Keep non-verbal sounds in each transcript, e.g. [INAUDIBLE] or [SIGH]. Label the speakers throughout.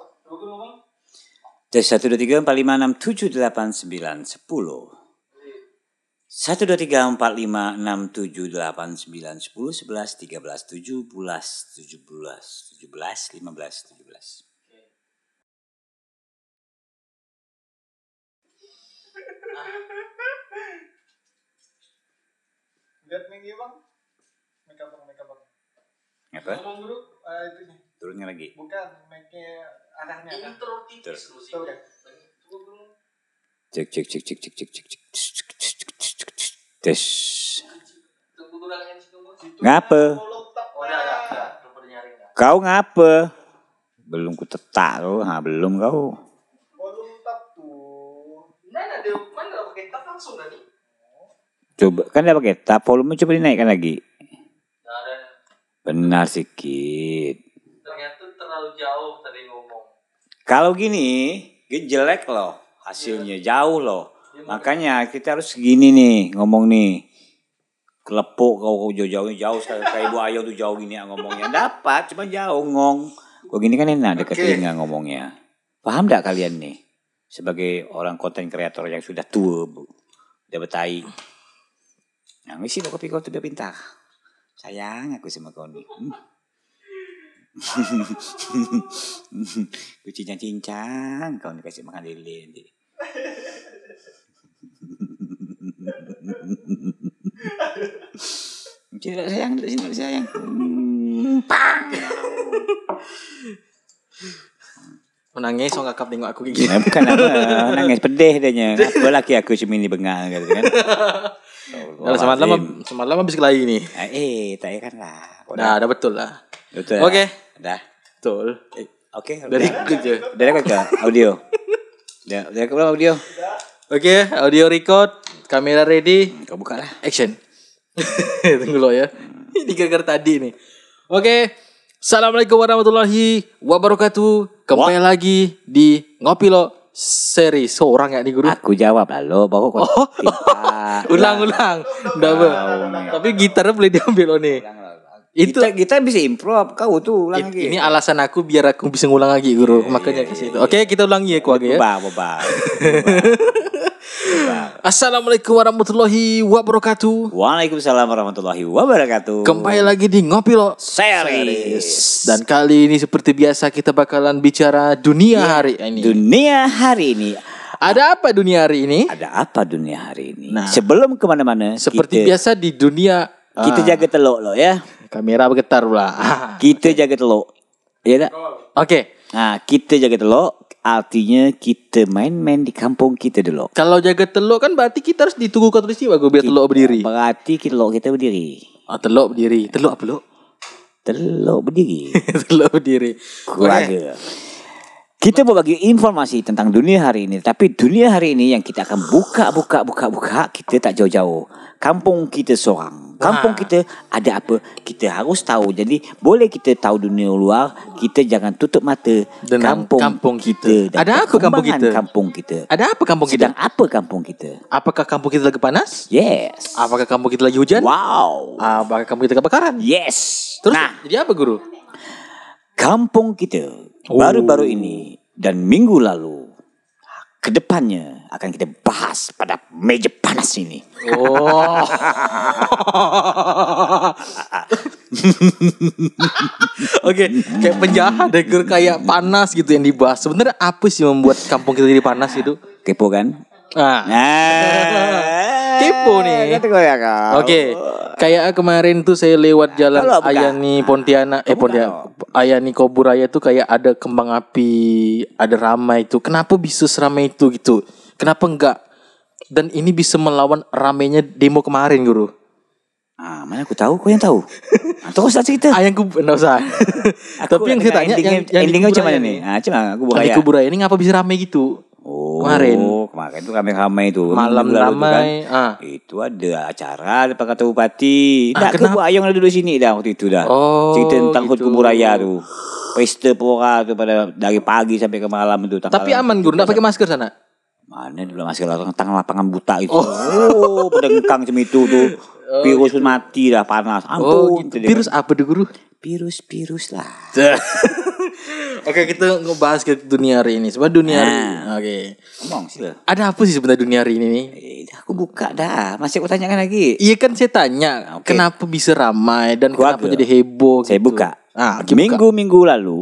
Speaker 1: bang?
Speaker 2: Jadi 1, 2, 3, 4, 5, 6, 7, 8, 9, 10. 1, 2, 3, 4, 5, 6, 7, 8, 9, 10, 11, 13, 17, 17, 17, 15, 17.
Speaker 1: Lihat nih dia bang. Make up bang, make up bang.
Speaker 2: Apa?
Speaker 1: Ngomong dulu, eh, itu nih.
Speaker 2: Turunnya lagi.
Speaker 1: Bukan, make-nya arahnya
Speaker 3: Ini
Speaker 1: kan?
Speaker 3: terlalu tipis loh sih.
Speaker 1: Tahu kan?
Speaker 3: Gua belum
Speaker 2: Cek, cek, cek, cek, cek, cek, cek, cek, cek, cek, cek, cek, cek. Tes.
Speaker 3: tunggu kurang yang tunggu.
Speaker 1: Itu
Speaker 2: Ngapa?
Speaker 1: kan, follow tap,
Speaker 3: Gitu. Oh, udah enggak,
Speaker 1: Pak.
Speaker 3: enggak, rupanya nyaring enggak.
Speaker 2: Kau ngapa? Belum ku tetak kau. Ha, belum kau.
Speaker 1: Follow Oh, tap tuh.
Speaker 3: Nah, nah, dia mana dah pakai tap langsung dah ni.
Speaker 2: Coba, kan dah pakai tap. Volume coba dinaikkan lagi.
Speaker 3: Nah, dan
Speaker 2: Benar sedikit.
Speaker 3: ternyata terlalu jauh tadi ngomong.
Speaker 2: Kalau gini, ge- jelek loh hasilnya jauh loh. Makanya kita harus segini nih ngomong nih. Kelepuk kau kau jauh jauhnya jauh sekali kayak ibu ayo tuh jauh gini ah ngomongnya. Dapat cuma jauh ngong. Kok gini kan enak deket
Speaker 1: Oke.
Speaker 2: telinga ngomongnya. Paham gak kalian nih? Sebagai orang konten kreator yang sudah tua, Bu. Udah Nah, betai. Nangis sih kopi kau tuh udah pintar. Sayang aku sama kau nih. Hmm. Ku cincang-cincang kau ni kasih makan lele nanti. Cik tak sayang, tak sini tak sayang. Hmm, Pang!
Speaker 4: Menangis so kakak tengok
Speaker 3: Iya.
Speaker 4: aku gigi.
Speaker 2: Nah, Eh, bukan apa, nangis pedih dia Apa laki aku cuma ni bengal kata kan.
Speaker 4: Kalau semalam semalam habis kelahi ni.
Speaker 2: Ah, Eh, tak payah kan lah. Kau
Speaker 4: Dah, dah betul lah.
Speaker 2: Betul. lah.
Speaker 4: Okey.
Speaker 2: Dah. Eh,
Speaker 4: Betul.
Speaker 2: Okey.
Speaker 4: Dari
Speaker 2: dah.
Speaker 4: aku je.
Speaker 2: Dah dekat ke audio? Dah, dah dekat belum audio?
Speaker 4: Okey, audio record, kamera ready,
Speaker 2: Kau buka lah.
Speaker 4: action. [LAUGHS] Tunggu lo ya. [LAUGHS] Ini gara-gara tadi nih. Oke. Assalamualaikum warahmatullahi wabarakatuh. Kembali lagi di Ngopi Lo seri. Seorang ya nih guru.
Speaker 2: Aku jawab lah lo, baru kau timpa.
Speaker 4: ulang ulang. Double. Tapi gitar boleh diambil lo nih.
Speaker 2: Itu
Speaker 4: Itu
Speaker 2: kita, kita bisa improv, kau tuh ulang lagi.
Speaker 4: ini alasan aku biar aku bisa ngulang lagi guru. Makanya ke situ. Oke, kita ulangi ya keluarga ya.
Speaker 2: Boba, boba.
Speaker 4: Assalamualaikum warahmatullahi wabarakatuh.
Speaker 2: Waalaikumsalam warahmatullahi wabarakatuh.
Speaker 4: Kembali lagi di Ngopi Lo
Speaker 2: Series.
Speaker 4: Dan kali ini seperti biasa kita bakalan bicara Iya, dunia hari ini.
Speaker 2: Dunia hari ini.
Speaker 4: Ada apa dunia hari ini?
Speaker 2: Ada apa dunia hari ini? Sebelum kemana-mana,
Speaker 4: Nah. Seperti Ah.
Speaker 2: kita,
Speaker 4: biasa di dunia
Speaker 2: kita jaga teluk lo ya.
Speaker 4: kamera bergetar pula.
Speaker 2: Kita jaga teluk. Ya tak?
Speaker 4: [LAUGHS] Oke,
Speaker 2: Nah, kita jaga teluk artinya kita main-main di kampung kita dulu.
Speaker 4: kalau jaga teluk kan berarti kita harus ditunggu katulistiwa gue biar teluk berdiri.
Speaker 2: Berarti kita teluk kita berdiri.
Speaker 4: Oh, teluk berdiri. Teluk apa lo?
Speaker 2: Teluk berdiri.
Speaker 4: [LAUGHS] teluk berdiri.
Speaker 2: keluarga. Kita mau bagi informasi tentang dunia hari ini, tapi dunia hari ini yang kita akan buka, buka, buka, buka, kita tak jauh-jauh. Kampung kita seorang,
Speaker 4: Ah.
Speaker 2: kampung kita ada apa, kita harus tahu. Jadi boleh kita tahu dunia luar, kita jangan tutup mata.
Speaker 4: Dengan kampung kita.
Speaker 2: dan
Speaker 4: Ada apa kampung
Speaker 2: perkembangan
Speaker 4: kita?
Speaker 2: Kampung kita.
Speaker 4: Ada apa kampung
Speaker 2: Sedang
Speaker 4: kita?
Speaker 2: apa kampung kita?
Speaker 4: Apakah kampung kita lagi panas?
Speaker 2: Yes.
Speaker 4: Apakah kampung kita lagi hujan?
Speaker 2: Wow.
Speaker 4: Apakah kampung kita kebakaran?
Speaker 2: Yes.
Speaker 4: Ah. Terus
Speaker 2: nah,
Speaker 4: jadi
Speaker 2: [LAUGHS]
Speaker 4: apa guru?
Speaker 2: kampung kita baru-baru
Speaker 4: Oh.
Speaker 2: ini dan minggu lalu kedepannya akan kita bahas pada meja panas
Speaker 4: [LAUGHS]
Speaker 2: ini.
Speaker 4: Oh. Oke,
Speaker 2: Hmm.
Speaker 4: kayak penjahat deh, guru. kayak panas gitu yang dibahas. Sebenarnya apa sih yang membuat kampung kita jadi panas itu?
Speaker 2: Kepo
Speaker 4: [LAUGHS]
Speaker 2: kan?
Speaker 4: Ah.
Speaker 2: Nah,
Speaker 4: Kepo nih.
Speaker 2: kata gua ya, kau.
Speaker 4: Oke, kayak kemarin tuh saya lewat jalan
Speaker 2: kalau bukan.
Speaker 4: Ayani Pontianak, eh
Speaker 2: Kalau bukan,
Speaker 4: Pontianak, Ayani Koburaya tuh kayak ada kembang api, ada ramai itu. Kenapa bisa seramai itu gitu? Kenapa enggak? Dan ini bisa melawan ramainya demo kemarin, Guru.
Speaker 2: Ah, mana aku tahu, kau yang tahu. Ah, terus lah cerita.
Speaker 4: Ah yang ku enggak usah. [LAUGHS] Tapi yang saya tanya yang yang di
Speaker 2: endingnya macam
Speaker 4: Kuburaya
Speaker 2: mana nih? Ah, cuma aku
Speaker 4: Yang
Speaker 2: bukan
Speaker 4: di Kuburaya ini ngapa bisa rame gitu?
Speaker 2: Oh,
Speaker 4: Kemarin.
Speaker 2: kemarin tuh ramai-ramai tuh. Minggu lalu
Speaker 4: Malam
Speaker 2: tuh kan.
Speaker 4: ramai. Ah.
Speaker 2: Itu ada acara ada Pak Kata Bupati.
Speaker 4: Ah,
Speaker 2: Tak ke Bu
Speaker 4: kenapa?
Speaker 2: Ayong dah duduk sini dah waktu itu dah.
Speaker 4: Oh,
Speaker 2: Cerita tentang Hut
Speaker 4: gitu.
Speaker 2: Kubur Raya tu. Pesta pora tu pada dari pagi sampai ke malam tu. tanggal-
Speaker 4: Tapi aman guru, enggak pakai masker sana.
Speaker 2: Mana dulu masih orang tangan lapangan buta itu. Oh, pedengkang macam itu tu. Virus pun mati dah panas. Ampun.
Speaker 4: Oh,
Speaker 2: tu
Speaker 4: gitu.
Speaker 2: dia
Speaker 4: Virus
Speaker 2: kan.
Speaker 4: apa tuh guru?
Speaker 2: Virus-virus lah.
Speaker 4: Oke kita ngebahas ke dunia hari ini. Coba dunia hari. ini.
Speaker 2: Nah.
Speaker 4: Oke.
Speaker 2: Ngomong sila.
Speaker 4: Ada apa sih sebenarnya dunia hari ini nih?
Speaker 2: Eh, dah aku buka dah. Masih aku tanyakan lagi.
Speaker 4: Iya kan saya tanya
Speaker 2: Oke.
Speaker 4: kenapa bisa ramai dan
Speaker 2: Gua
Speaker 4: kenapa
Speaker 2: ambil.
Speaker 4: jadi heboh
Speaker 2: Saya
Speaker 4: gitu.
Speaker 2: buka.
Speaker 4: Ah, oke, buka.
Speaker 2: Minggu-minggu lalu,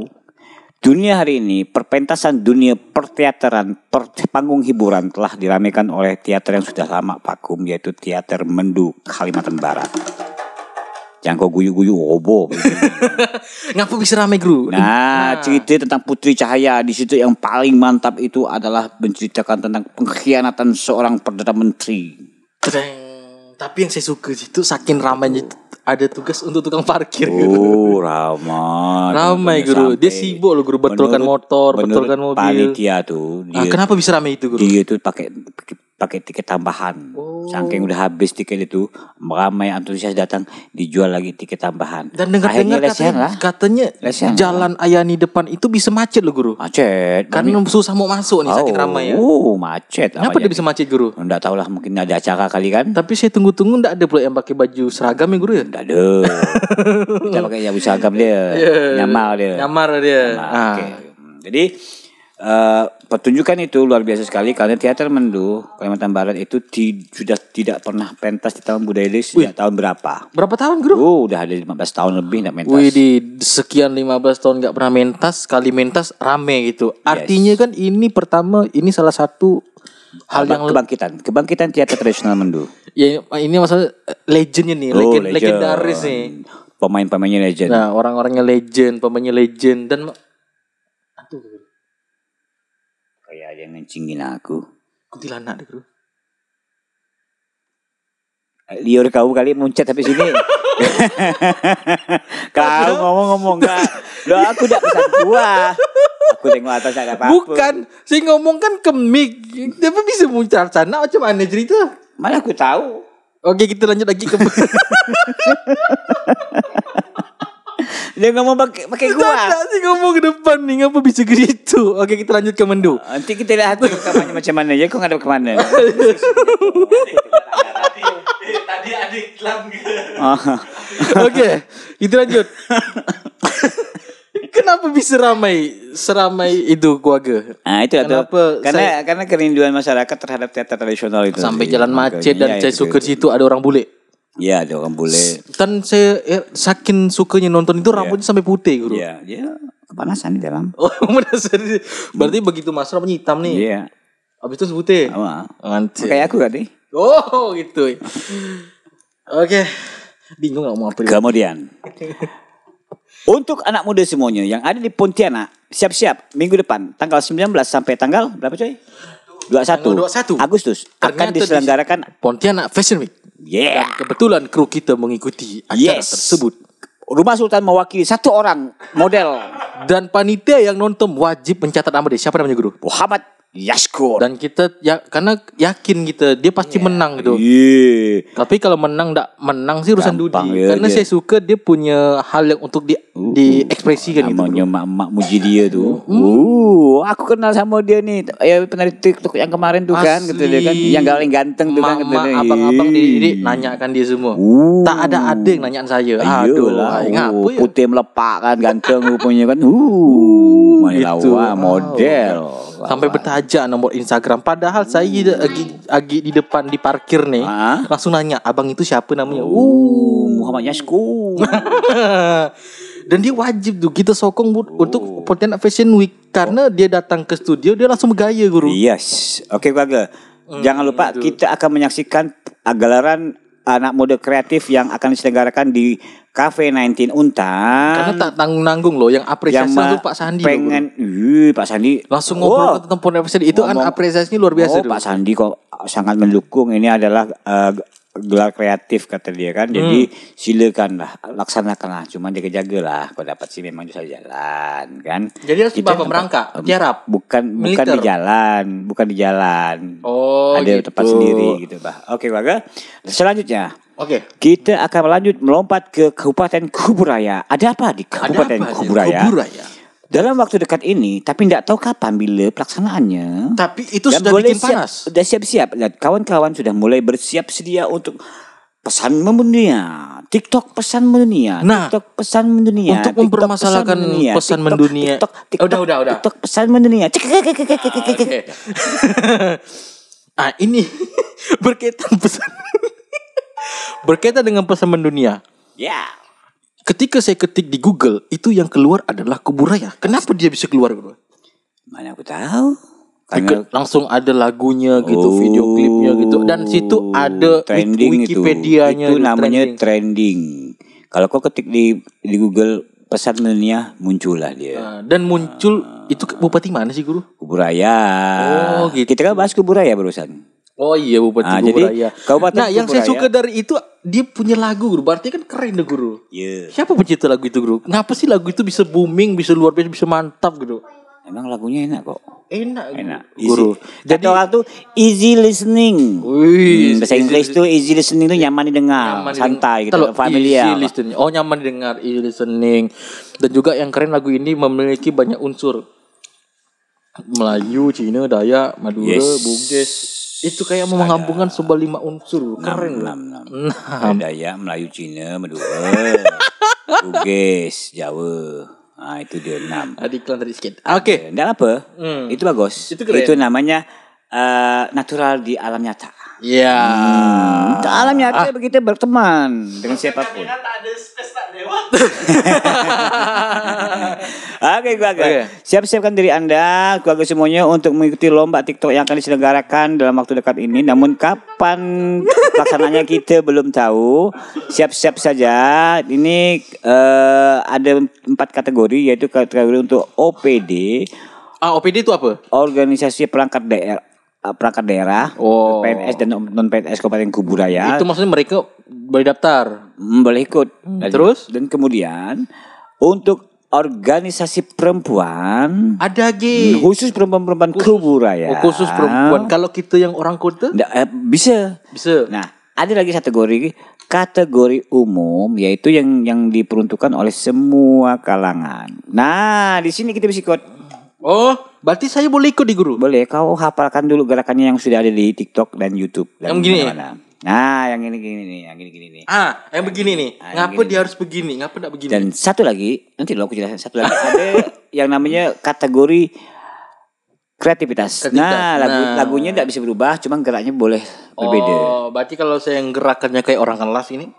Speaker 2: dunia hari ini, perpentasan dunia perteateran, per panggung hiburan telah diramaikan oleh teater yang sudah lama vakum, yaitu Teater Mendu, Kalimantan Barat. Jangan kau guyu-guyu [LAUGHS] obo.
Speaker 4: Ngapa bisa ramai guru?
Speaker 2: Nah, cerita tentang Putri Cahaya di situ yang paling mantap itu adalah menceritakan tentang pengkhianatan seorang perdana menteri.
Speaker 4: Tereng. Tapi yang saya suka itu saking ramainya itu ada tugas untuk tukang parkir.
Speaker 2: Oh, ramai.
Speaker 4: Ramai, Guru. Dia sibuk loh, Guru, betulkan
Speaker 2: Menurut-
Speaker 4: motor,
Speaker 2: menurut
Speaker 4: betulkan mobil.
Speaker 2: Panitia Iya. tuh dia,
Speaker 4: Ah, kenapa bisa ramai itu guru? Oh.
Speaker 2: dia tuh pakai pakai tiket tambahan. Saking udah habis tiket itu, ramai antusias datang dijual lagi tiket tambahan.
Speaker 4: Dan
Speaker 2: Akhirnya
Speaker 4: dengar-dengar
Speaker 2: lesehan
Speaker 4: katanya,
Speaker 2: lah.
Speaker 4: katanya
Speaker 2: Lesehan lah.
Speaker 4: jalan Ayani depan itu bisa macet loh guru.
Speaker 2: Macet.
Speaker 4: Karena susah mau masuk nih saking Kan ramai ya.
Speaker 2: Oh, macet.
Speaker 4: Kenapa dia bisa macet guru?
Speaker 2: Enggak tahulah mungkin ada acara kali kan?
Speaker 4: Tapi saya tunggu-tunggu ndak ada pula yang pakai baju seragam ya guru ya?
Speaker 2: Enggak
Speaker 4: [LAUGHS]
Speaker 2: ada. Kita pakai yang seragam
Speaker 4: Iya,
Speaker 2: dia. Nyamar dia.
Speaker 4: Nyamar dia.
Speaker 2: Nah,
Speaker 4: Ah.
Speaker 2: oke. Hmm, Jadi eh, pertunjukan itu luar biasa sekali karena teater Mendu Kalimantan Barat itu ti- sudah tidak pernah pentas di tahun budaya Desa sejak tahun berapa?
Speaker 4: Berapa tahun guru?
Speaker 2: Oh, udah ada 15 tahun lebih tidak pentas.
Speaker 4: Wih di sekian 15 tahun nggak pernah mentas, sekali mentas rame gitu. Artinya kan ini pertama ini salah satu hal
Speaker 2: Kebang-
Speaker 4: yang
Speaker 2: kebangkitan, kebangkitan teater tradisional Mendu.
Speaker 4: ya ini masalah eh, legendnya nih,
Speaker 2: Oh,
Speaker 4: legend,
Speaker 2: legend.
Speaker 4: legendaris nih.
Speaker 2: Pemain-pemainnya legend.
Speaker 4: Nah, orang-orangnya legend, pemainnya legend dan aduh guru.
Speaker 2: Kayak ada yang ngencingin aku.
Speaker 4: kuntilanak deh guru.
Speaker 2: Liur kau kali muncet habis
Speaker 4: [LAUGHS]
Speaker 2: ini. kau ngomong-ngomong
Speaker 4: [LAUGHS]
Speaker 2: enggak. Loh aku enggak pesan gua. Aku tengok atas enggak ada apa-apa.
Speaker 4: Bukan, saya ngomong kan ke mic. Tapi bisa muncul sana macam mana cerita?
Speaker 2: Mana aku tahu.
Speaker 4: Oke, kita lanjut lagi ke [LAUGHS]
Speaker 2: Dia ngomong pakai pakai gua.
Speaker 4: Tidak sih ngomong ke depan nih Ngapa bisa gitu Oke kita lanjut ke menu
Speaker 2: Nanti kita lihat tuh rekamannya macam mana ya. Kok ngadep
Speaker 4: [LAUGHS]
Speaker 2: kemana?
Speaker 3: Tadi, eh, tadi adik [LAUGHS] lam
Speaker 2: Oh,
Speaker 4: Oke kita lanjut [LAUGHS] Kenapa bisa ramai Seramai itu keluarga
Speaker 2: Nah itu lah tuh.
Speaker 4: Kenapa
Speaker 2: Karena
Speaker 4: saya-
Speaker 2: karena kerinduan masyarakat terhadap teater tradisional itu.
Speaker 4: Sampai
Speaker 2: sih.
Speaker 4: jalan macet Dan
Speaker 2: Makanya ya
Speaker 4: saya
Speaker 2: itu.
Speaker 4: suka di situ ada orang bule
Speaker 2: Iya ada orang bule.
Speaker 4: Dan saya eh, saking sukanya nonton itu Rambutnya sampai putih guru
Speaker 2: Iya dia kepanasan di dalam.
Speaker 4: [LAUGHS] Oh bener serius. Berarti begitu masuk rambutnya hitam nih
Speaker 2: Iya.
Speaker 4: Habis itu putih
Speaker 2: Apa?
Speaker 4: Mantap
Speaker 2: Kayak aku tadi.
Speaker 4: Oh gitu Oke Bingung gak mau apa
Speaker 2: Kemudian untuk anak muda semuanya yang ada di Pontianak, siap-siap minggu depan tanggal 19 sampai tanggal berapa coy? 21,
Speaker 4: 21.
Speaker 2: Agustus akan
Speaker 4: Ternyata di-
Speaker 2: diselenggarakan
Speaker 4: Pontianak Fashion Week
Speaker 2: yeah.
Speaker 4: Kebetulan kru kita mengikuti acara
Speaker 2: Yes.
Speaker 4: tersebut
Speaker 2: Rumah Sultan mewakili satu orang model
Speaker 4: dan panitia yang nonton wajib mencatat nama dia. Siapa namanya guru?
Speaker 2: Muhammad Yashkur.
Speaker 4: Dan kita ya karena yakin kita dia pasti
Speaker 2: Ya.
Speaker 4: menang gitu.
Speaker 2: Yeah.
Speaker 4: Tapi kalau menang ndak menang sih urusan
Speaker 2: Gampang
Speaker 4: Dudi.
Speaker 2: ya
Speaker 4: karena
Speaker 2: dia. Uh,
Speaker 4: saya suka dia punya hal yang untuk di diekspresikan gitu.
Speaker 2: Namanya mak-mak muji dia tuh.
Speaker 4: Hmm?
Speaker 2: Uh, aku kenal sama dia nih. Ya penari TikTok yang kemarin tuh kan gitu dia kan. Yang paling ganteng tuh kan gitu
Speaker 4: Mama,
Speaker 2: dia.
Speaker 4: abang-abang di
Speaker 2: Ih.
Speaker 4: di nanyakan dia semua.
Speaker 2: Uh.
Speaker 4: Tak ada ada yang nanyaan saya. Aduh,
Speaker 2: Aduh lah,
Speaker 4: ay,
Speaker 2: uh,
Speaker 4: ngapa ya?
Speaker 2: putih melepak kan, ganteng rupanya kan. Uh, main
Speaker 4: Oh, gitu.
Speaker 2: lawa, model.
Speaker 4: Sampai bertajak nomor Instagram. Padahal saya agi, agi di depan di parkir nih,
Speaker 2: Hmm. Ah.
Speaker 4: langsung nanya, abang itu siapa namanya? Oh.
Speaker 2: Uh, Muhammad Yasku.
Speaker 4: [LAUGHS] Dan dia wajib tuh kita sokong bu- untuk
Speaker 2: Oh.
Speaker 4: Pontianak Fashion Week karena dia datang ke studio dia langsung bergaya
Speaker 2: Iya.
Speaker 4: guru.
Speaker 2: yes. Oke keluarga,
Speaker 4: Eh,
Speaker 2: jangan lupa kita akan menyaksikan gelaran anak muda kreatif yang akan diselenggarakan di Cafe 19 Untan.
Speaker 4: Karena tak tanggung nanggung loh yang apresiasi
Speaker 2: ma-
Speaker 4: langsung Pak Sandi. loh,
Speaker 2: pengen,
Speaker 4: Guru.
Speaker 2: Ih, Pak Sandi
Speaker 4: langsung
Speaker 2: Wah.
Speaker 4: ngobrol tentang Pontianak Fashion Week itu kan
Speaker 2: Ngomong-
Speaker 4: apresiasinya luar biasa
Speaker 2: oh,
Speaker 4: dulu.
Speaker 2: Pak Sandi kok sangat mendukung ini adalah eh, gelar kreatif kata dia kan.
Speaker 4: Hmm.
Speaker 2: Jadi silakanlah laksanakanlah. Cuman jaga-jaga lah. Kalau dapat sih memang bisa jalan kan.
Speaker 4: Jadi harus
Speaker 2: Kita
Speaker 4: bapak merangkak,
Speaker 2: tempat-
Speaker 4: tiarap.
Speaker 2: Bukan bukan
Speaker 4: Militer.
Speaker 2: di jalan, bukan di jalan.
Speaker 4: Oh,
Speaker 2: Ada
Speaker 4: gitu.
Speaker 2: tempat sendiri gitu, Pak. Oke, Baga. Selanjutnya
Speaker 4: Oke.
Speaker 2: kita akan lanjut melompat ke Kabupaten Kuburaya. Ada apa di Kabupaten
Speaker 4: apa sih?
Speaker 2: Kuburaya?
Speaker 4: Kuburaya.
Speaker 2: Dalam waktu dekat ini, tapi tidak tahu kapan bila pelaksanaannya.
Speaker 4: Tapi itu
Speaker 2: Dan
Speaker 4: sudah
Speaker 2: boleh
Speaker 4: bikin panas.
Speaker 2: Siap, sudah siap-siap. Lihat kawan-kawan sudah mulai bersiap sedia untuk pesan mendunia. TikTok pesan mendunia.
Speaker 4: Nah,
Speaker 2: TikTok pesan mendunia.
Speaker 4: untuk
Speaker 2: TikTok
Speaker 4: mempermasalahkan pesan mendunia.
Speaker 2: TikTok, TikTok,
Speaker 4: Udah, udah, udah.
Speaker 2: TikTok pesan mendunia. Cek, cek, cek, cek, cek, cek, cek.
Speaker 4: Oke. ah ini [LAUGHS] berkaitan pesan [LAUGHS] berkaitan dengan pesan mendunia.
Speaker 2: Ya.
Speaker 4: Ketika saya ketik di Google itu yang keluar adalah kubur raya. Kenapa dia bisa keluar? Bro?
Speaker 2: Mana aku tahu? Karena
Speaker 4: Ikut- langsung ada lagunya gitu,
Speaker 2: Oh,
Speaker 4: video klipnya gitu, dan situ ada
Speaker 2: trending itu.
Speaker 4: Wikipedia-nya
Speaker 2: Itu namanya
Speaker 4: trending.
Speaker 2: trending. Kalau kau ketik di di Google pesan mendunia muncullah dia.
Speaker 4: Nah, dan muncul itu ke- bupati mana sih guru?
Speaker 2: Kuburaya.
Speaker 4: Oh, gitu.
Speaker 2: Kita kan bahas kuburaya barusan.
Speaker 4: Oh iya bupati
Speaker 2: Ah,
Speaker 4: Kubur
Speaker 2: jadi,
Speaker 4: Raya.
Speaker 2: Kabupaten
Speaker 4: Nah yang
Speaker 2: Kubur
Speaker 4: saya
Speaker 2: Raya-
Speaker 4: suka dari itu dia punya lagu guru, berarti kan keren deh guru.
Speaker 2: Iya.
Speaker 4: Siapa pencipta lagu itu guru? Kenapa sih lagu itu bisa booming, bisa luar biasa, bisa mantap gitu?
Speaker 2: Emang lagunya enak kok.
Speaker 4: Enak,
Speaker 2: Enak.
Speaker 4: guru.
Speaker 2: Jadi orang tuh easy listening.
Speaker 4: Wih,
Speaker 2: Hmm, bahasa
Speaker 4: easy
Speaker 2: Inggris tuh easy listening tuh nyaman didengar,
Speaker 4: Nyaman
Speaker 2: santai gitu,
Speaker 4: didengar. Loh,
Speaker 2: familiar.
Speaker 4: Easy listening. Oh nyaman dengar, easy listening. Dan juga yang keren lagu ini memiliki banyak unsur Melayu, Cina, Dayak, Madura,
Speaker 2: Yes.
Speaker 4: Bugis. Itu kayak menggabungkan sebuah lima unsur. Keren loh.
Speaker 2: Enam, enam, enam. Dayak, Melayu, Cina, Madura, Bugis, Jawa. Nah, itu dia enam.
Speaker 4: Ada iklan tadi sedikit. Oke.
Speaker 2: Enggak apa. Itu bagus.
Speaker 4: Itu keren.
Speaker 2: namanya eh, natural di alam nyata.
Speaker 4: Iya.
Speaker 2: [LAUGHS] Hmm, di alam nyata begitu berteman dengan siapapun.
Speaker 3: Kamera kan tak ada space tak dewa.
Speaker 2: Oke keluarga
Speaker 4: Oke.
Speaker 2: Siap-siapkan diri anda Keluarga semuanya Untuk mengikuti lomba tiktok Yang akan diselenggarakan Dalam waktu dekat ini Namun kapan Pelaksananya kita belum tahu Siap-siap saja Ini eh, Ada empat kategori Yaitu kategori untuk OPD
Speaker 4: Ah, OPD itu apa?
Speaker 2: Organisasi perangkat daerah perangkat daerah,
Speaker 4: Oh.
Speaker 2: PNS dan non PNS Kabupaten Kuburaya
Speaker 4: Itu maksudnya mereka berdaftar.
Speaker 2: Mm, boleh ikut. Dan-
Speaker 4: Terus?
Speaker 2: Dan kemudian untuk organisasi perempuan mm,
Speaker 4: Ada lagi.
Speaker 2: khusus perempuan-perempuan kuburaya.
Speaker 4: Oh, khusus perempuan. Kalau kita yang orang kota
Speaker 2: ya. Nggak, eh, bisa.
Speaker 4: bisa.
Speaker 2: Nah, ada lagi kategori kategori umum yaitu yang yang diperuntukkan oleh semua kalangan. Nah, di sini kita bisa ikut.
Speaker 4: Oh, berarti saya boleh ikut di guru.
Speaker 2: Boleh kau hafalkan dulu gerakannya yang sudah ada di TikTok dan YouTube dan
Speaker 4: Yang begini?
Speaker 2: mana-mana. Nah, yang ini gini nih, yang gini gini nih.
Speaker 4: Ah, yang begini nih.
Speaker 2: Ah, yang
Speaker 4: ngapa
Speaker 2: begini.
Speaker 4: dia harus begini? Ngapa enggak begini?
Speaker 2: Dan satu lagi, nanti lo aku jelasin satu lagi. ada yang namanya kategori kreativitas.
Speaker 4: Kreativitas,
Speaker 2: Nah, lagu,
Speaker 4: nah.
Speaker 2: lagunya tidak bisa berubah, cuman geraknya boleh berbeda.
Speaker 4: Oh, berarti kalau saya yang gerakannya kayak orang kelas ini.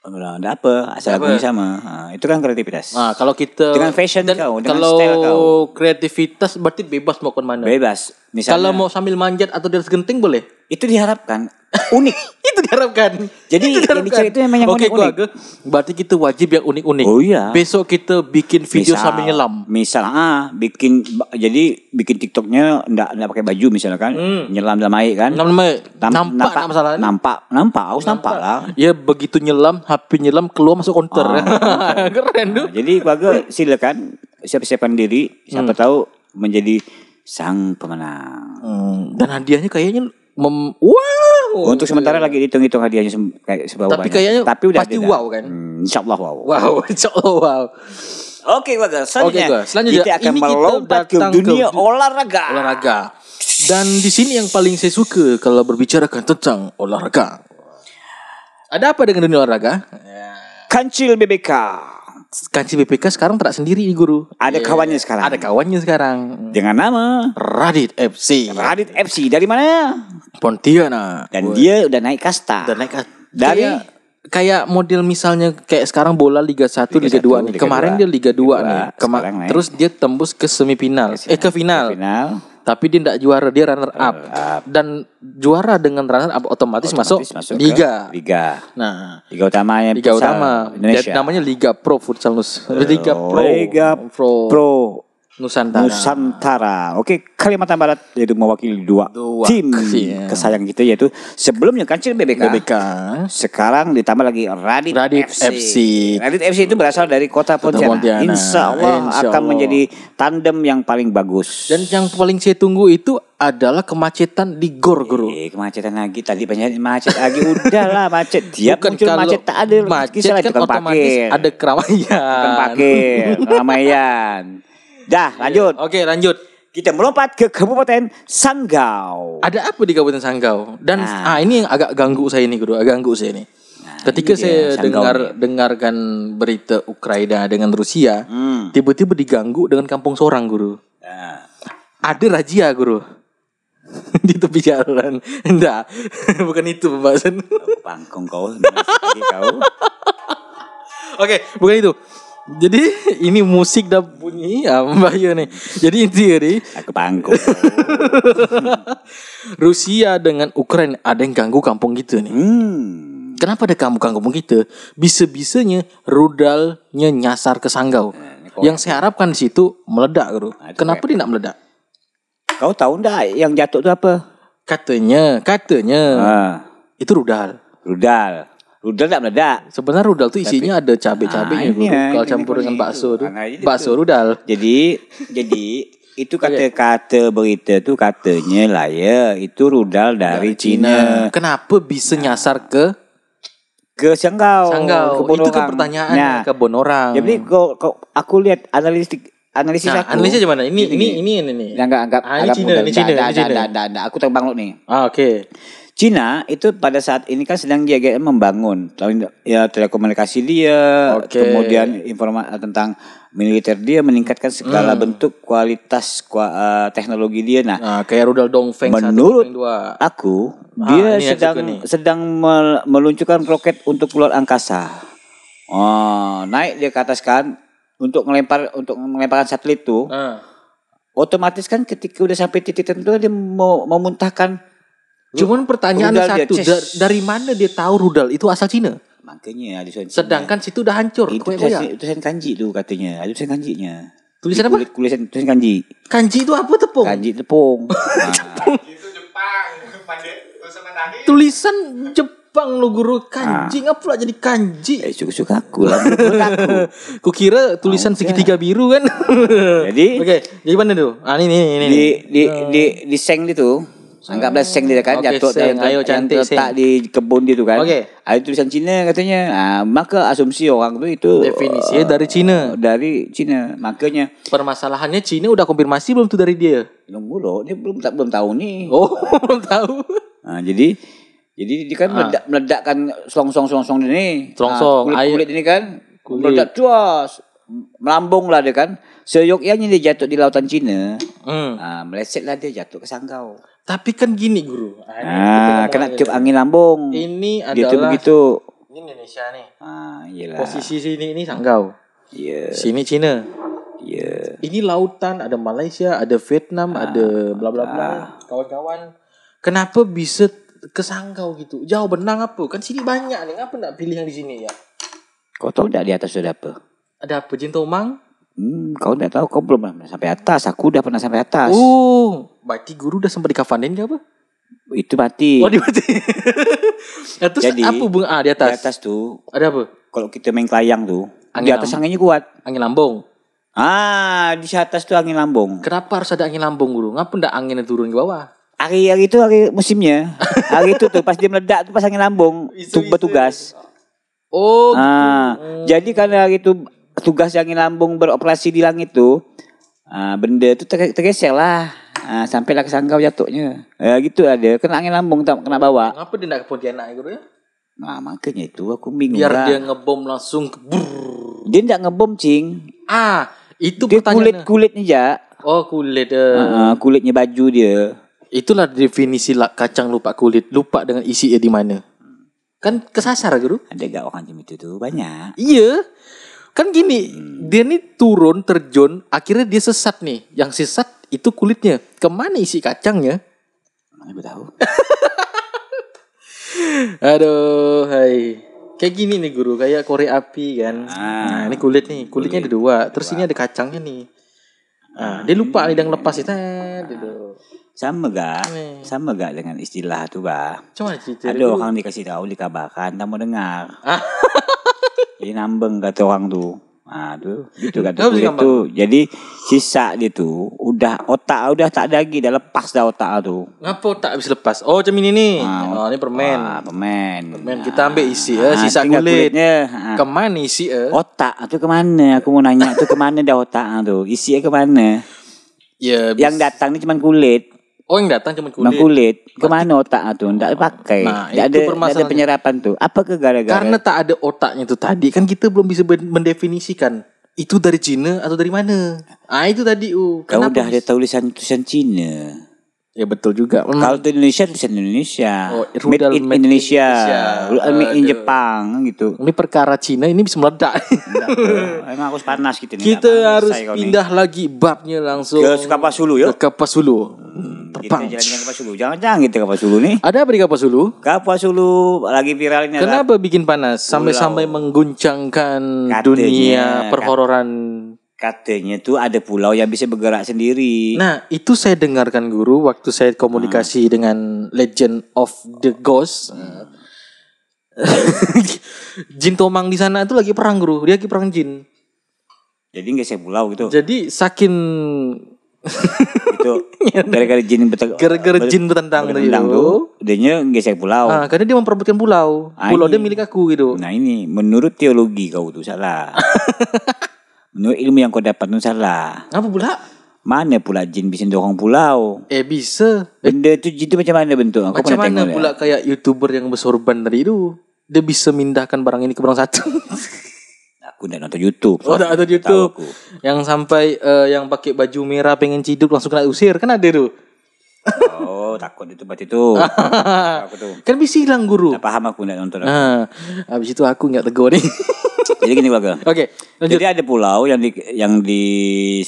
Speaker 2: Nah, Nggak apa, asal
Speaker 4: Nggak
Speaker 2: lagunya
Speaker 4: apa.
Speaker 2: sama. Nah, itu kan kreativitas.
Speaker 4: Nah, kalau kita
Speaker 2: Dengan fashion kau, dengan
Speaker 4: kalau
Speaker 2: style kau.
Speaker 4: kreativitas berarti bebas mau ke mana.
Speaker 2: Bebas. ya. Misalnya
Speaker 4: Kalau mau sambil manjat atau dari genting boleh. [LAUGHS]
Speaker 2: itu diharapkan unik.
Speaker 4: itu diharapkan.
Speaker 2: Jadi, yang dicari itu memang yang
Speaker 4: Oke,
Speaker 2: unik-unik.
Speaker 4: keluarga, Berarti kita wajib yang unik-unik.
Speaker 2: Oh, iya.
Speaker 4: Besok kita bikin video
Speaker 2: Misal-
Speaker 4: sambil nyelam.
Speaker 2: Misal ah, bikin ba- jadi bikin TikToknya ndak ndak pakai baju misalnya kan, nyelam dalam air kan.
Speaker 4: Nampak nampak,
Speaker 2: Nam-
Speaker 4: Hmm. eh, nampak, nampak masalah.
Speaker 2: nampak, nampak, harus nampak, lah.
Speaker 4: Ya begitu nyelam, HP nyelam keluar masuk konter. [LAUGHS] Keren tuh.
Speaker 2: Nah, jadi keluarga silakan siap-siapkan diri, siapa tahu menjadi sang pemenang.
Speaker 4: Hmm, dan hadiahnya kayaknya mem wow.
Speaker 2: Untuk sementara lagi dihitung-hitung hadiahnya sem- kayak seberapa
Speaker 4: Oh, iya. Tapi
Speaker 2: banyak.
Speaker 4: kayaknya
Speaker 2: Tapi udah
Speaker 4: pasti
Speaker 2: ada.
Speaker 4: wow kan?
Speaker 2: Hmm, insyaallah wow.
Speaker 4: [LAUGHS] Wow, insya Allah wow.
Speaker 2: Oke, keluarga, selanjutnya,
Speaker 4: keluarga, selanjutnya
Speaker 2: kita akan
Speaker 4: ini kita
Speaker 2: melompat ke
Speaker 4: datang ke
Speaker 2: dunia
Speaker 4: du-
Speaker 2: olahraga.
Speaker 4: Olahraga. Dan di sini yang paling saya suka kalau berbicarakan tentang olahraga. Ada apa dengan dunia olahraga?
Speaker 2: Kancil BBK.
Speaker 4: Kanci BPK sekarang tak sendiri guru.
Speaker 2: Ada
Speaker 4: Iya.
Speaker 2: kawannya sekarang.
Speaker 4: Ada kawannya sekarang.
Speaker 2: Dengan nama
Speaker 4: Radit FC.
Speaker 2: Radit FC dari mana?
Speaker 4: Pontianak.
Speaker 2: Dan dia udah naik kasta.
Speaker 4: dan naik ke-
Speaker 2: Dari-
Speaker 4: kayak, kayak model misalnya kayak sekarang bola Liga 1 Liga,
Speaker 2: Liga 1,
Speaker 4: 2 nih.
Speaker 2: Liga
Speaker 4: Kemarin
Speaker 2: 2,
Speaker 4: dia Liga 2
Speaker 2: Liga
Speaker 4: nih.
Speaker 2: 2,
Speaker 4: Kema-
Speaker 2: sekarang naik.
Speaker 4: terus dia tembus ke semifinal. eh ke final.
Speaker 2: Final.
Speaker 4: Tapi dia tidak juara, dia runner up.
Speaker 2: up.
Speaker 4: Dan juara dengan runner up otomatis,
Speaker 2: Otomatis
Speaker 4: masuk, liga.
Speaker 2: ke Liga.
Speaker 4: Nah,
Speaker 2: Liga utama yang
Speaker 4: liga
Speaker 2: futsal
Speaker 4: utama.
Speaker 2: Indonesia.
Speaker 4: Jadi namanya Liga Pro Futsal Nus. Liga Pro.
Speaker 2: Liga
Speaker 4: Pro.
Speaker 2: Pro
Speaker 4: Nusantara.
Speaker 2: Nusantara. Oke, Kalimantan Barat yaitu mewakili dua,
Speaker 4: Dua,
Speaker 2: tim
Speaker 4: iya.
Speaker 2: kesayang kita yaitu sebelumnya Kancil BBK.
Speaker 4: BBK.
Speaker 2: Sekarang ditambah lagi Radit,
Speaker 4: Radit
Speaker 2: FC.
Speaker 4: FC.
Speaker 2: Radit FC itu berasal dari kota Pontianak.
Speaker 4: Pontianak.
Speaker 2: Insya Allah akan
Speaker 4: Insya Allah.
Speaker 2: menjadi tandem yang paling bagus.
Speaker 4: Dan yang paling saya tunggu itu adalah kemacetan di Gor, Guru.
Speaker 2: Eh, kemacetan lagi tadi banyak macet lagi udahlah
Speaker 4: [LAUGHS]
Speaker 2: macet dia Iya,
Speaker 4: Bukan
Speaker 2: muncul
Speaker 4: kalau
Speaker 2: macet tak ada
Speaker 4: macet
Speaker 2: kisah lagi
Speaker 4: kan
Speaker 2: tukang
Speaker 4: otomatis
Speaker 2: parkir.
Speaker 4: ada kan. keramaian.
Speaker 2: Tukang
Speaker 4: [LAUGHS]
Speaker 2: parkir ramaian dah lanjut
Speaker 4: Oke, lanjut.
Speaker 2: kita melompat ke Kabupaten Sanggau
Speaker 4: Ada apa di Kabupaten Sanggau? Dan
Speaker 2: Nah. Nah,
Speaker 4: ah ini yang agak ganggu saya ini, Guru. Agak ganggu saya ini.
Speaker 2: ini
Speaker 4: Ketika saya
Speaker 2: dia, Shanghai.
Speaker 4: dengar dengarkan berita Ukraina dengan Rusia,
Speaker 2: Hmm.
Speaker 4: tiba-tiba diganggu dengan kampung sorang guru.
Speaker 2: Nah.
Speaker 4: Ada razia guru [LAUGHS] di tepi jalan. Enggak, [LAUGHS] bukan itu pembahasan.
Speaker 2: Bangkong kau, lagi kau.
Speaker 4: [LAUGHS] Oke, bukan itu. Jadi ini musik dan bunyi ya Mbak Yu nih. Jadi intinya nih,
Speaker 2: Aku bangkong.
Speaker 4: [LAUGHS] Rusia dengan Ukraina ada yang ganggu kampung gitu nih.
Speaker 2: Hmm.
Speaker 4: Kenapa ada kampung-kampung kita? Bisa-bisanya rudalnya nyasar ke Sanggau. Yang saya harapkan di situ meledak,
Speaker 2: Oh,
Speaker 4: Bro.
Speaker 2: iya. Nah, itu
Speaker 4: Kenapa dia nak meledak?
Speaker 2: Kau tahu ndak yang jatuh itu apa?
Speaker 4: Katanya, katanya
Speaker 2: Ah,
Speaker 4: itu rudal.
Speaker 2: rudal. Rudal tak meledak.
Speaker 4: Sebenarnya rudal tuh isinya ada cabai-cabainya,
Speaker 2: Ah,
Speaker 4: Guru.
Speaker 2: ini ya,
Speaker 4: Kalau
Speaker 2: ini
Speaker 4: campur dengan
Speaker 2: kunci
Speaker 4: bakso
Speaker 2: itu.
Speaker 4: tuh.
Speaker 2: Ah, nah, ini
Speaker 4: Bakso
Speaker 2: betul.
Speaker 4: rudal.
Speaker 2: Jadi, jadi itu kata-kata berita tuh katanya lah ya itu rudal dari, Cina.
Speaker 4: Nah,
Speaker 2: Nah.
Speaker 4: Kenapa bisa nyasar ke
Speaker 2: ke Sanggau.
Speaker 4: Sanggau?
Speaker 2: kebun
Speaker 4: Itu kan
Speaker 2: orang.
Speaker 4: pertanyaan
Speaker 2: Oh, Nah,
Speaker 4: kebun orang.
Speaker 2: jadi kau, kau aku lihat analitik analisis
Speaker 4: Nah,
Speaker 2: aku.
Speaker 4: analisnya gimana? Ini
Speaker 2: Gini,
Speaker 4: ini ini
Speaker 2: gini.
Speaker 4: ini. ini.
Speaker 2: Jangan anggap
Speaker 4: Ah, ini
Speaker 2: anggap
Speaker 4: Cina,
Speaker 2: mudah.
Speaker 4: ini
Speaker 2: Dah,
Speaker 4: Cina,
Speaker 2: dah,
Speaker 4: ini
Speaker 2: dah,
Speaker 4: Cina.
Speaker 2: dah, dah, dah. Aku terbang lu nih.
Speaker 4: Ah, oke.
Speaker 2: Cina itu pada saat ini kan sedang jaga membangun Lalu, ya telekomunikasi dia,
Speaker 4: Oke.
Speaker 2: kemudian informasi tentang militer dia meningkatkan segala
Speaker 4: Hmm.
Speaker 2: bentuk kualitas kua- eh, teknologi dia. Nah,
Speaker 4: Nah, kayak rudal dongfeng satu,
Speaker 2: Menurut-
Speaker 4: dongfeng dua.
Speaker 2: aku
Speaker 4: Ah,
Speaker 2: dia
Speaker 4: ini yang
Speaker 2: sedang
Speaker 4: suka nih.
Speaker 2: sedang mel- meluncurkan roket untuk keluar angkasa. Oh, naik dia ke atas kan untuk melempar untuk melemparkan satelit tuh.
Speaker 4: Ah.
Speaker 2: Otomatis kan ketika udah sampai titik tertentu dia mau memuntahkan
Speaker 4: Cuman pertanyaan
Speaker 2: Rudal dia,
Speaker 4: satu,
Speaker 2: Ces.
Speaker 4: dar- dari mana dia tahu rudal itu asal Cina?
Speaker 2: makanya ada suara-
Speaker 4: Sedangkan situ udah hancur.
Speaker 2: Iya. Itu
Speaker 4: koyak-koyak.
Speaker 2: tulisan, tulisan kanji tuh katanya. Ada tulisan kanjinya.
Speaker 4: Tulisan apa?
Speaker 2: Kulit, tulisan, tulisan kanji.
Speaker 4: Kanji itu apa tepung?
Speaker 2: Kanji
Speaker 4: [LAUGHS]
Speaker 2: tepung. Nah,
Speaker 1: Itu Jepang, pandai terus sama Dani.
Speaker 4: Tulisan Jepang lo guru kanji ngapa pula jadi kanji?
Speaker 2: Ah. eh, suka-suka aku lah. menurut aku.
Speaker 4: [LAUGHS] Kukira tulisan segitiga biru kan.
Speaker 2: [LAUGHS] Jadi
Speaker 4: Oke, jadi mana tuh? Ah ini ini ini.
Speaker 2: di di di di seng itu anggaplah seng dia kan
Speaker 4: Oke,
Speaker 2: jatuh
Speaker 4: seng.
Speaker 2: yang-
Speaker 4: Ayo,
Speaker 2: yang
Speaker 4: cantik,
Speaker 2: terletak
Speaker 4: seng.
Speaker 2: di kebun dia tuh kan.
Speaker 4: Oke.
Speaker 2: Ada tulisan Cina katanya. Nah, maka asumsi orang tuh itu
Speaker 4: Definisinya dari Cina.
Speaker 2: eh, dari Cina. Makanya
Speaker 4: Permasalahannya Cina udah konfirmasi belum tuh dari dia?
Speaker 2: nunggu loh, dia belum tak belum tahu nih.
Speaker 4: Oh, [LAUGHS] belum tahu.
Speaker 2: Nah, Ha, jadi jadi dia
Speaker 4: Ha.
Speaker 2: kan meledak, meledakkan selongsong selongsong ini.
Speaker 4: Selongsong,
Speaker 2: Nah,
Speaker 4: air-
Speaker 2: kulit kulit ini kan
Speaker 4: Kulit.
Speaker 2: meledak cuas melambung lah dia kan. Seyogyanya dia jatuh di lautan Cina.
Speaker 4: Hmm.
Speaker 2: Nah, meleset lah dia jatuh ke Sanggau.
Speaker 4: Tapi kan gini guru. Ah, ini
Speaker 2: Nah,
Speaker 4: kita
Speaker 2: kena
Speaker 4: ngomongin
Speaker 2: tiup
Speaker 4: ini.
Speaker 2: angin lambung.
Speaker 4: Ini
Speaker 2: dia tuh
Speaker 4: adalah
Speaker 2: begitu.
Speaker 4: ini Indonesia nih.
Speaker 2: Ah, lah. iyalah. Ya,
Speaker 4: Posisi sini ini Sanggau.
Speaker 2: Iya,
Speaker 4: Sini Cina.
Speaker 2: iya.
Speaker 4: Ini lautan ada Malaysia, ada Vietnam,
Speaker 2: Ah,
Speaker 4: ada bla bla bla. Kawan-kawan, kenapa bisa ke Sanggau gitu? Jauh benang apa? Kan sini banyak nih. Ngapa nak pilih yang di sini ya?
Speaker 2: Kau tahu enggak di atas sudah apa?
Speaker 4: Ada apa Jintomang?
Speaker 2: Hmm, kau enggak tahu, kau belum pernah sampai atas. Aku udah pernah sampai atas.
Speaker 4: Oh, berarti guru udah sempat dikafanin ke apa?
Speaker 2: Itu mati.
Speaker 4: Oh, di
Speaker 2: [LAUGHS]
Speaker 4: berarti. Nah, terus
Speaker 2: Jadi,
Speaker 4: apa bunga ah,
Speaker 2: Di
Speaker 4: di atas?
Speaker 2: atas tuh,
Speaker 4: Ada apa?
Speaker 2: kalau kita main kelayang tuh, di
Speaker 4: Angin
Speaker 2: atas
Speaker 4: lambung.
Speaker 2: anginnya kuat.
Speaker 4: Angin lambung.
Speaker 2: Ah, di atas tuh angin lambung.
Speaker 4: Kenapa harus ada angin lambung guru? Ngapa ndak anginnya turun ke bawah?
Speaker 2: Hari-hari itu hari musimnya. Hari itu tuh pas dia meledak tuh pas angin lambung tuh bertugas.
Speaker 4: Oh,
Speaker 2: Ah, jadi karena hari itu tugas angin lambung beroperasi di langit tuh, ah, benda tuh ter tergeser lah. Ah, sampailah ke sanggau jatuhnya. Ya gitu ada kena angin lambung tak kena bawa.
Speaker 4: ngapa dia ndak ke Pontianak ya, guru ya?
Speaker 2: Nah, makanya itu aku bingung.
Speaker 4: Biar
Speaker 2: lah.
Speaker 4: dia ngebom langsung ke brrrr.
Speaker 2: dia enggak ngebom, Cing.
Speaker 4: Ah, itu
Speaker 2: Dia
Speaker 4: pertanyaannya.
Speaker 2: kulit-kulitnya ja.
Speaker 4: Oh, kulit. eh.
Speaker 2: Ah, kulitnya baju dia.
Speaker 4: Itulah definisi la- kacang lupa kulit. Lupa dengan isi dia di mana. Kan kesasar, Guru.
Speaker 2: Ada enggak orang macam itu tuh? Banyak.
Speaker 4: Iya. Kan gini, dia nih turun terjun, akhirnya dia sesat nih. Yang sesat itu kulitnya. Kemana isi kacangnya?
Speaker 2: Mana aku tahu.
Speaker 4: Aduh, hai. Kayak gini nih guru, kayak korek api kan.
Speaker 2: Ah.
Speaker 4: Nah, ini kulit nih, kulitnya ada dua. Terus ini ada kacangnya nih. Ah, dia lupa nih yang lepas itu. Ah,
Speaker 2: Sama gak?
Speaker 4: Weh.
Speaker 2: Sama gak dengan istilah tuh, bah?
Speaker 4: Cuma cerita.
Speaker 2: Ada
Speaker 4: guru.
Speaker 2: orang dikasih tahu dikabarkan tak mau
Speaker 4: [LAUGHS]
Speaker 2: dengar. Jadi nambeng kata orang tuh. Nah, tuh gitu kata
Speaker 4: Kenapa sih
Speaker 2: kulit
Speaker 4: nambeng?
Speaker 2: tuh. Jadi sisa dia tuh udah otak udah tak ada lagi dah lepas dah otak tuh.
Speaker 4: Ngapa tak habis lepas? Oh, macam ini nih. oh, ini permen.
Speaker 2: Ah, permen.
Speaker 4: Permen kita ambil isi
Speaker 2: Ah,
Speaker 4: ya, sisa
Speaker 2: tinggal
Speaker 4: kulit.
Speaker 2: kulitnya. Ah.
Speaker 4: Kemana isi eh?
Speaker 2: Otak tuh kemana? Aku mau nanya tuh kemana dah otak tuh? Isinya kemana?
Speaker 4: ya, bis-
Speaker 2: Yang datang ni cuma kulit.
Speaker 4: Oh yang datang cuma
Speaker 2: Bang
Speaker 4: kulit.
Speaker 2: kulit kemana otak tuh? Nggak dipakai. Nggak ada,
Speaker 4: Nah, itu
Speaker 2: nggak ada
Speaker 4: permasalahannya.
Speaker 2: penyerapan tuh. Apa ke gara-gara?
Speaker 4: Karena tak ada otaknya itu tadi kan kita belum bisa ben- mendefinisikan itu dari Cina atau dari mana. Ah itu tadi u.
Speaker 2: Kau Ya, udah ada
Speaker 4: bisa-
Speaker 2: tulisan tulisan Cina.
Speaker 4: Ya betul juga. Hmm.
Speaker 2: Kalau di Indonesia tulisan Indonesia.
Speaker 4: Oh,
Speaker 2: made
Speaker 4: rudal
Speaker 2: in
Speaker 4: made in
Speaker 2: Indonesia.
Speaker 4: Indonesia.
Speaker 2: Lu- Made in
Speaker 4: Aduh.
Speaker 2: Jepang
Speaker 4: [LAUGHS]
Speaker 2: gitu.
Speaker 4: ini perkara Cina ini bisa meledak. [LAUGHS]
Speaker 2: Emang harus panas gitu nih.
Speaker 4: kita
Speaker 2: Nggak
Speaker 4: harus
Speaker 2: selesai kau nih.
Speaker 4: pindah lagi babnya langsung
Speaker 2: Ke Kapas Hulu yuk.
Speaker 4: Ke Kapas Hulu.
Speaker 2: Kita
Speaker 4: Terbang.
Speaker 2: jalan ke Kapas Hulu. Jangan-jangan kita ke Kapas Hulu nih.
Speaker 4: Ada apa di Kapas Hulu?
Speaker 2: Kapas Hulu lagi viral ini adalah
Speaker 4: Kenapa bikin panas sampai-sampai mengguncangkan
Speaker 2: Katanya,
Speaker 4: dunia
Speaker 2: kan?
Speaker 4: perhororan?
Speaker 2: katanya tuh ada pulau yang bisa bergerak sendiri.
Speaker 4: Nah, itu saya dengarkan guru waktu saya komunikasi dengan Legend of the Ghost. [LAUGHS] jin Tomang di sana itu lagi perang guru, dia lagi perang jin.
Speaker 2: Jadi nggak saya pulau
Speaker 4: [LAUGHS]
Speaker 2: gitu.
Speaker 4: Jadi saking
Speaker 2: itu gara-gara jin betul.
Speaker 4: gara-gara jin bertendang tadi
Speaker 2: Berendang
Speaker 4: itu.
Speaker 2: tuh, dianya gesek pulau.
Speaker 4: Ah, karena dia memperebutkan pulau.
Speaker 2: Ah,
Speaker 4: Pulau
Speaker 2: ini.
Speaker 4: dia milik aku gitu.
Speaker 2: Nah ini menurut teologi kau tuh
Speaker 4: [LAUGHS]
Speaker 2: salah. menurut ilmu yang kau dapat tuh salah.
Speaker 4: Apa pula?
Speaker 2: Mana pula jin bisa dorong pulau?
Speaker 4: Eh bisa.
Speaker 2: Benda itu jin itu macam mana bentuk? Kau pernah
Speaker 4: Macam mana
Speaker 2: tengok ya?
Speaker 4: pula kayak YouTuber yang bersorban tadi itu? Dia bisa mindahkan barang ini ke barang satu. [LAUGHS]
Speaker 2: Aku tidak nonton YouTube.
Speaker 4: Oh, ada ada
Speaker 2: Tahu
Speaker 4: di YouTube.
Speaker 2: aku.
Speaker 4: Yang sampai eh, yang pakai baju merah pengen ciduk langsung kena usir, kan ada tuh.
Speaker 2: Oh takut itu berarti itu.
Speaker 4: [LAUGHS]
Speaker 2: aku tuh.
Speaker 4: Kan bisa hilang guru.
Speaker 2: Tidak paham aku tidak nonton.
Speaker 4: Nah, habis itu aku nggak tegur [LAUGHS] nih.
Speaker 2: Jadi gini keluarga.
Speaker 4: Oke, lanjut.
Speaker 2: Jadi ada pulau yang di yang di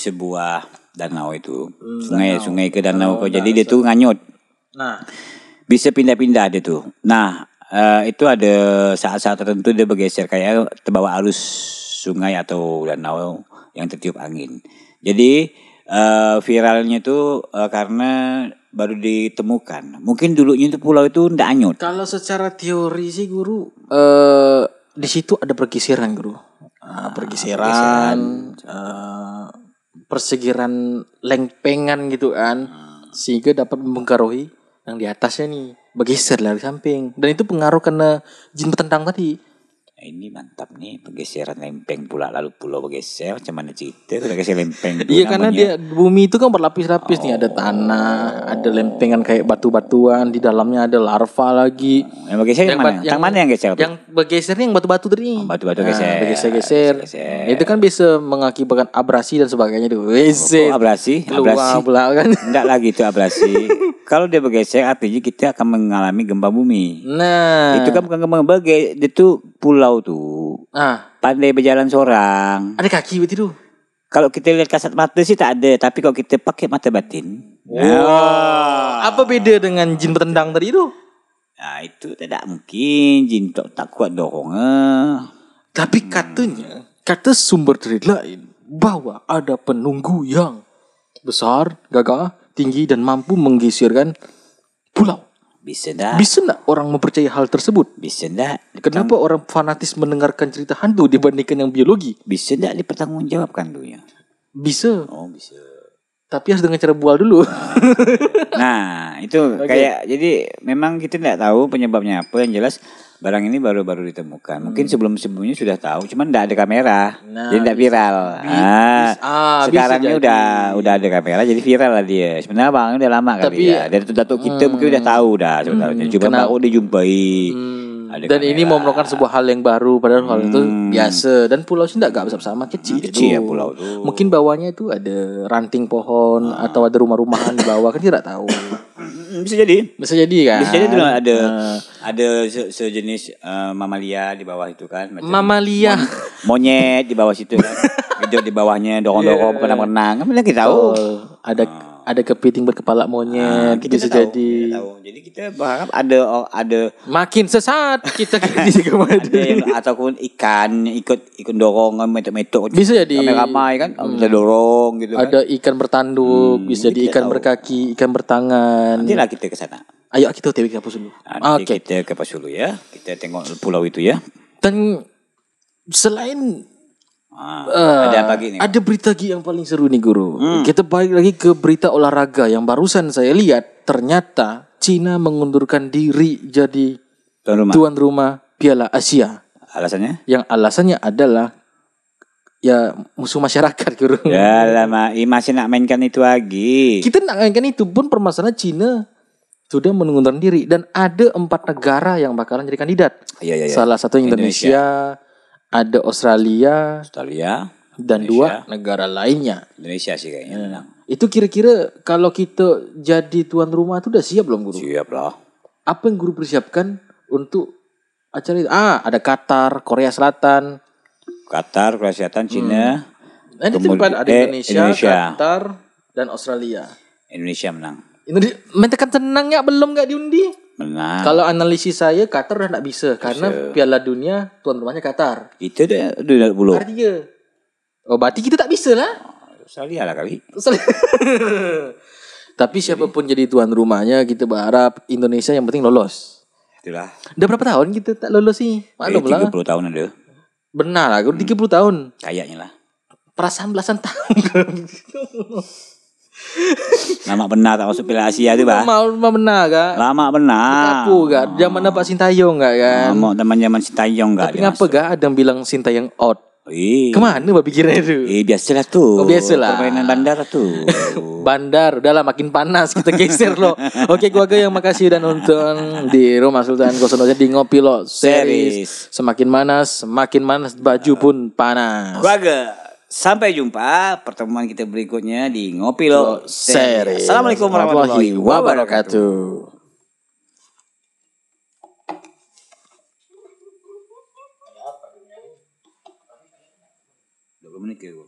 Speaker 2: sebuah danau itu.
Speaker 4: Hmm,
Speaker 2: Sungai sungai ke danau kok. Jadi dia tuh nganyut.
Speaker 4: Nah,
Speaker 2: Bisa pindah-pindah dia tuh. Nah, eh, itu ada saat-saat tertentu dia bergeser kayak terbawa arus sungai atau danau yang tertiup angin. Jadi eh, viralnya itu eh, karena baru ditemukan. Mungkin dulunya itu pulau itu ndak anyut.
Speaker 4: kalau secara teori sih guru eh di situ ada pergeseran guru. Ah, pergeseran eh, persegiran lengpengan gitu kan. Sehingga dapat mempengaruhi yang di atasnya nih bergeser dari samping dan itu pengaruh karena jin petentang tadi
Speaker 2: Nah, ini mantap nih pergeseran lempeng pula lalu pulau bergeser macam mana cerita itu bergeser lempeng tuh
Speaker 4: Iya karena
Speaker 2: namanya.
Speaker 4: dia bumi itu kan berlapis-lapis nih ada tanah, ada lempengan kayak batu-batuan di dalamnya ada larva lagi.
Speaker 2: yang bergeser yang, mana?
Speaker 4: bat-
Speaker 2: yang, mana yang geser? tuh?
Speaker 4: Yang bergesernya yang batu-batu tadi. Nah,
Speaker 2: Oh, batu-batu geser.
Speaker 4: Bergeser-geser.
Speaker 2: Geser-geser.
Speaker 4: Itu kan bisa mengakibatkan abrasi dan sebagainya itu. Geser.
Speaker 2: Oh, abrasi,
Speaker 4: Keluar
Speaker 2: abrasi.
Speaker 4: pula kan. [LAUGHS]
Speaker 2: Enggak lah lagi itu abrasi. Kalau dia bergeser artinya kita akan mengalami gempa bumi.
Speaker 4: Nah.
Speaker 2: Itu kan bukan gempa bergeser, itu pulau tuh.
Speaker 4: Ah,
Speaker 2: Pandai berjalan seorang.
Speaker 4: ada kaki berarti tuh.
Speaker 2: Kalau kita lihat kasat mata sih tak ada, tapi kalau kita pakai mata batin.
Speaker 4: Wah. Apa beda dengan jin bertendang tadi itu?
Speaker 2: Nah, itu tidak mungkin jin tak, tak kuat eh. dorongan.
Speaker 4: Tapi katanya, kata sumber dari lain bahwa ada penunggu yang besar, gagah, tinggi dan mampu menggisirkan pulau.
Speaker 2: Bisa dah.
Speaker 4: Bisa nggak orang mempercayai hal tersebut?
Speaker 2: Bisa enggak?
Speaker 4: Kenapa orang fanatis mendengarkan cerita hantu dibandingkan yang biologi?
Speaker 2: Bisa enggak dipertanggungjawabkan dulu ya?
Speaker 4: Bisa,
Speaker 2: Oh, bisa.
Speaker 4: tapi harus dengan cara bual dulu.
Speaker 2: Nah, itu kayak jadi memang kita enggak tahu penyebabnya apa yang jelas barang ini baru-baru ditemukan. Mungkin sebelum-sebelumnya sudah tahu, cuman enggak ada kamera.
Speaker 4: Hmm. Nah,
Speaker 2: jadi enggak viral. ah,
Speaker 4: bisa- ah, bisa
Speaker 2: sekarang ini
Speaker 4: jadi.
Speaker 2: udah udah ada kamera jadi viral lah dia. Sebenarnya Bang udah lama kali
Speaker 4: Tapi- Hmm.
Speaker 2: ya. Dari datuk kita mungkin udah tahu dah sebenarnya. Cuma
Speaker 4: kenapa- Hmm,
Speaker 2: baru dijumpai. Ada
Speaker 4: [LAUGHS] dan ini
Speaker 2: kamera.
Speaker 4: memerlukan sebuah hal yang baru padahal hal itu biasa dan pulau sih enggak sama kecil
Speaker 2: Hmm,
Speaker 4: itu.
Speaker 2: kecil ya pulau itu.
Speaker 4: Mungkin bawahnya itu ada ranting pohon atau ada rumah-rumahan di bawah kan kita tidak tahu.
Speaker 2: Mm, bisa jadi.
Speaker 4: Bisa jadi kan.
Speaker 2: Bisa jadi dulu ada
Speaker 4: Nah.
Speaker 2: ada se- sejenis eh, mamalia di bawah itu kan. Macam
Speaker 4: Mamalia.
Speaker 2: mon- monyet di bawah situ
Speaker 4: [LAUGHS]
Speaker 2: kan. Gedor di bawahnya dorong-dorong berenang-berenang. Kan mana kita tahu.
Speaker 4: Oh, ada ada kepiting
Speaker 2: Nah,
Speaker 4: berkepala
Speaker 2: Ah.
Speaker 4: monyet
Speaker 2: kita
Speaker 4: Ah, bisa
Speaker 2: nggak tahu,
Speaker 4: jadi.
Speaker 2: kita nggak tahu. Jadi kita berharap ada ada
Speaker 4: Makin sesat [LAUGHS] kita jadi
Speaker 2: ada
Speaker 4: kemana. [LAUGHS]
Speaker 2: yang ataupun ikan ikut ikut kan, dorongan metok-metok.
Speaker 4: Bisa jadi. Hmm.
Speaker 2: ramai-ramai kan bisa dorong gitu kan.
Speaker 4: Ada ikan bertanduk,
Speaker 2: Hmm,
Speaker 4: bisa jadi ikan berkaki, ikan bertangan.
Speaker 2: Nantilah kita ke sana.
Speaker 4: Ayo kita TW kapus dulu.
Speaker 2: Nanti
Speaker 4: Oke.
Speaker 2: kita ke Pasulu ya. Kita tengok pulau itu ya.
Speaker 4: Dan selain
Speaker 2: Ah,
Speaker 4: Eh,
Speaker 2: ada apa gini?
Speaker 4: Ada berita lagi yang paling seru nih guru.
Speaker 2: Hmm.
Speaker 4: Kita balik lagi ke berita olahraga yang barusan saya lihat. Ternyata Cina mengundurkan diri jadi
Speaker 2: Tuan rumah.
Speaker 4: tuan rumah Piala Asia.
Speaker 2: Alasannya?
Speaker 4: Yang alasannya adalah ya musuh masyarakat guru.
Speaker 2: Ya lama, ih, masih nak mainkan itu lagi.
Speaker 4: Kita nak mainkan itu pun permasalahan Cina sudah mengundurkan diri dan ada empat negara yang bakalan jadi kandidat.
Speaker 2: Iya, iya, iya.
Speaker 4: Salah satu Indonesia, ada Australia
Speaker 2: Australia,
Speaker 4: dan dua negara lainnya.
Speaker 2: Indonesia sih kayaknya. menang.
Speaker 4: Itu kira-kira kalau kita jadi tuan rumah itu udah siap belum guru?
Speaker 2: Siap lah.
Speaker 4: Apa yang guru persiapkan untuk acara itu? Ah, ada Qatar, Korea Selatan.
Speaker 2: Qatar, Korea Selatan,
Speaker 4: Hmm.
Speaker 2: Cina,
Speaker 4: Nah, ini
Speaker 2: Kemudian-
Speaker 4: tempat ada
Speaker 2: eh,
Speaker 4: Indonesia,
Speaker 2: Indonesia.
Speaker 4: Qatar, dan Australia.
Speaker 2: Indonesia menang.
Speaker 4: Indonesia, mentekan tenang nggak belum nggak diundi?
Speaker 2: Menang.
Speaker 4: Kalau analisis saya Qatar udah nggak bisa karena Piala Dunia tuan rumahnya Qatar.
Speaker 2: Kita dah udah dari bulu.
Speaker 4: Artinya, oh berarti kita tak bisa lah. [LAUGHS]
Speaker 2: Australia lah kali.
Speaker 4: Sel- Tapi siapapun jadi tuan rumahnya kita berharap Indonesia yang penting lolos.
Speaker 2: Itulah.
Speaker 4: Udah berapa tahun kita tak lolos sih? Maklum lah.
Speaker 2: Eh, Tiga puluh tahun ada.
Speaker 4: Benar lah, guru, 30 tahun.
Speaker 2: Kayaknya lah.
Speaker 4: Perasaan belasan tahun.
Speaker 2: Lama benar tak masuk Piala Asia tu bah.
Speaker 4: Mau mau lah, benar kak?
Speaker 2: Lama benar.
Speaker 4: Kapu kak? Zaman dapat Sintayong kak kan?
Speaker 2: Lama teman-teman Sintayong enggak
Speaker 4: Tapi ngapa kak ada yang bilang Sintayong out?
Speaker 2: Eh,
Speaker 4: Kemana babi kira itu?
Speaker 2: eh biasalah tu.
Speaker 4: Oh, biasalah.
Speaker 2: Permainan bandar
Speaker 4: [LAUGHS]
Speaker 2: tu.
Speaker 4: Bandar, udah lah makin panas kita geser
Speaker 2: [LAUGHS]
Speaker 4: loh. Oke keluarga yang makasih dan nonton di rumah Sultan Kosono di ngopi lo series.
Speaker 2: Series.
Speaker 4: Semakin panas, semakin panas baju pun panas.
Speaker 2: Keluarga, sampai jumpa pertemuan kita berikutnya di Ngopi Lo Series.
Speaker 4: Series.
Speaker 2: Assalamualaikum warahmatullahi wabarakatuh. Dua menit ya, gua.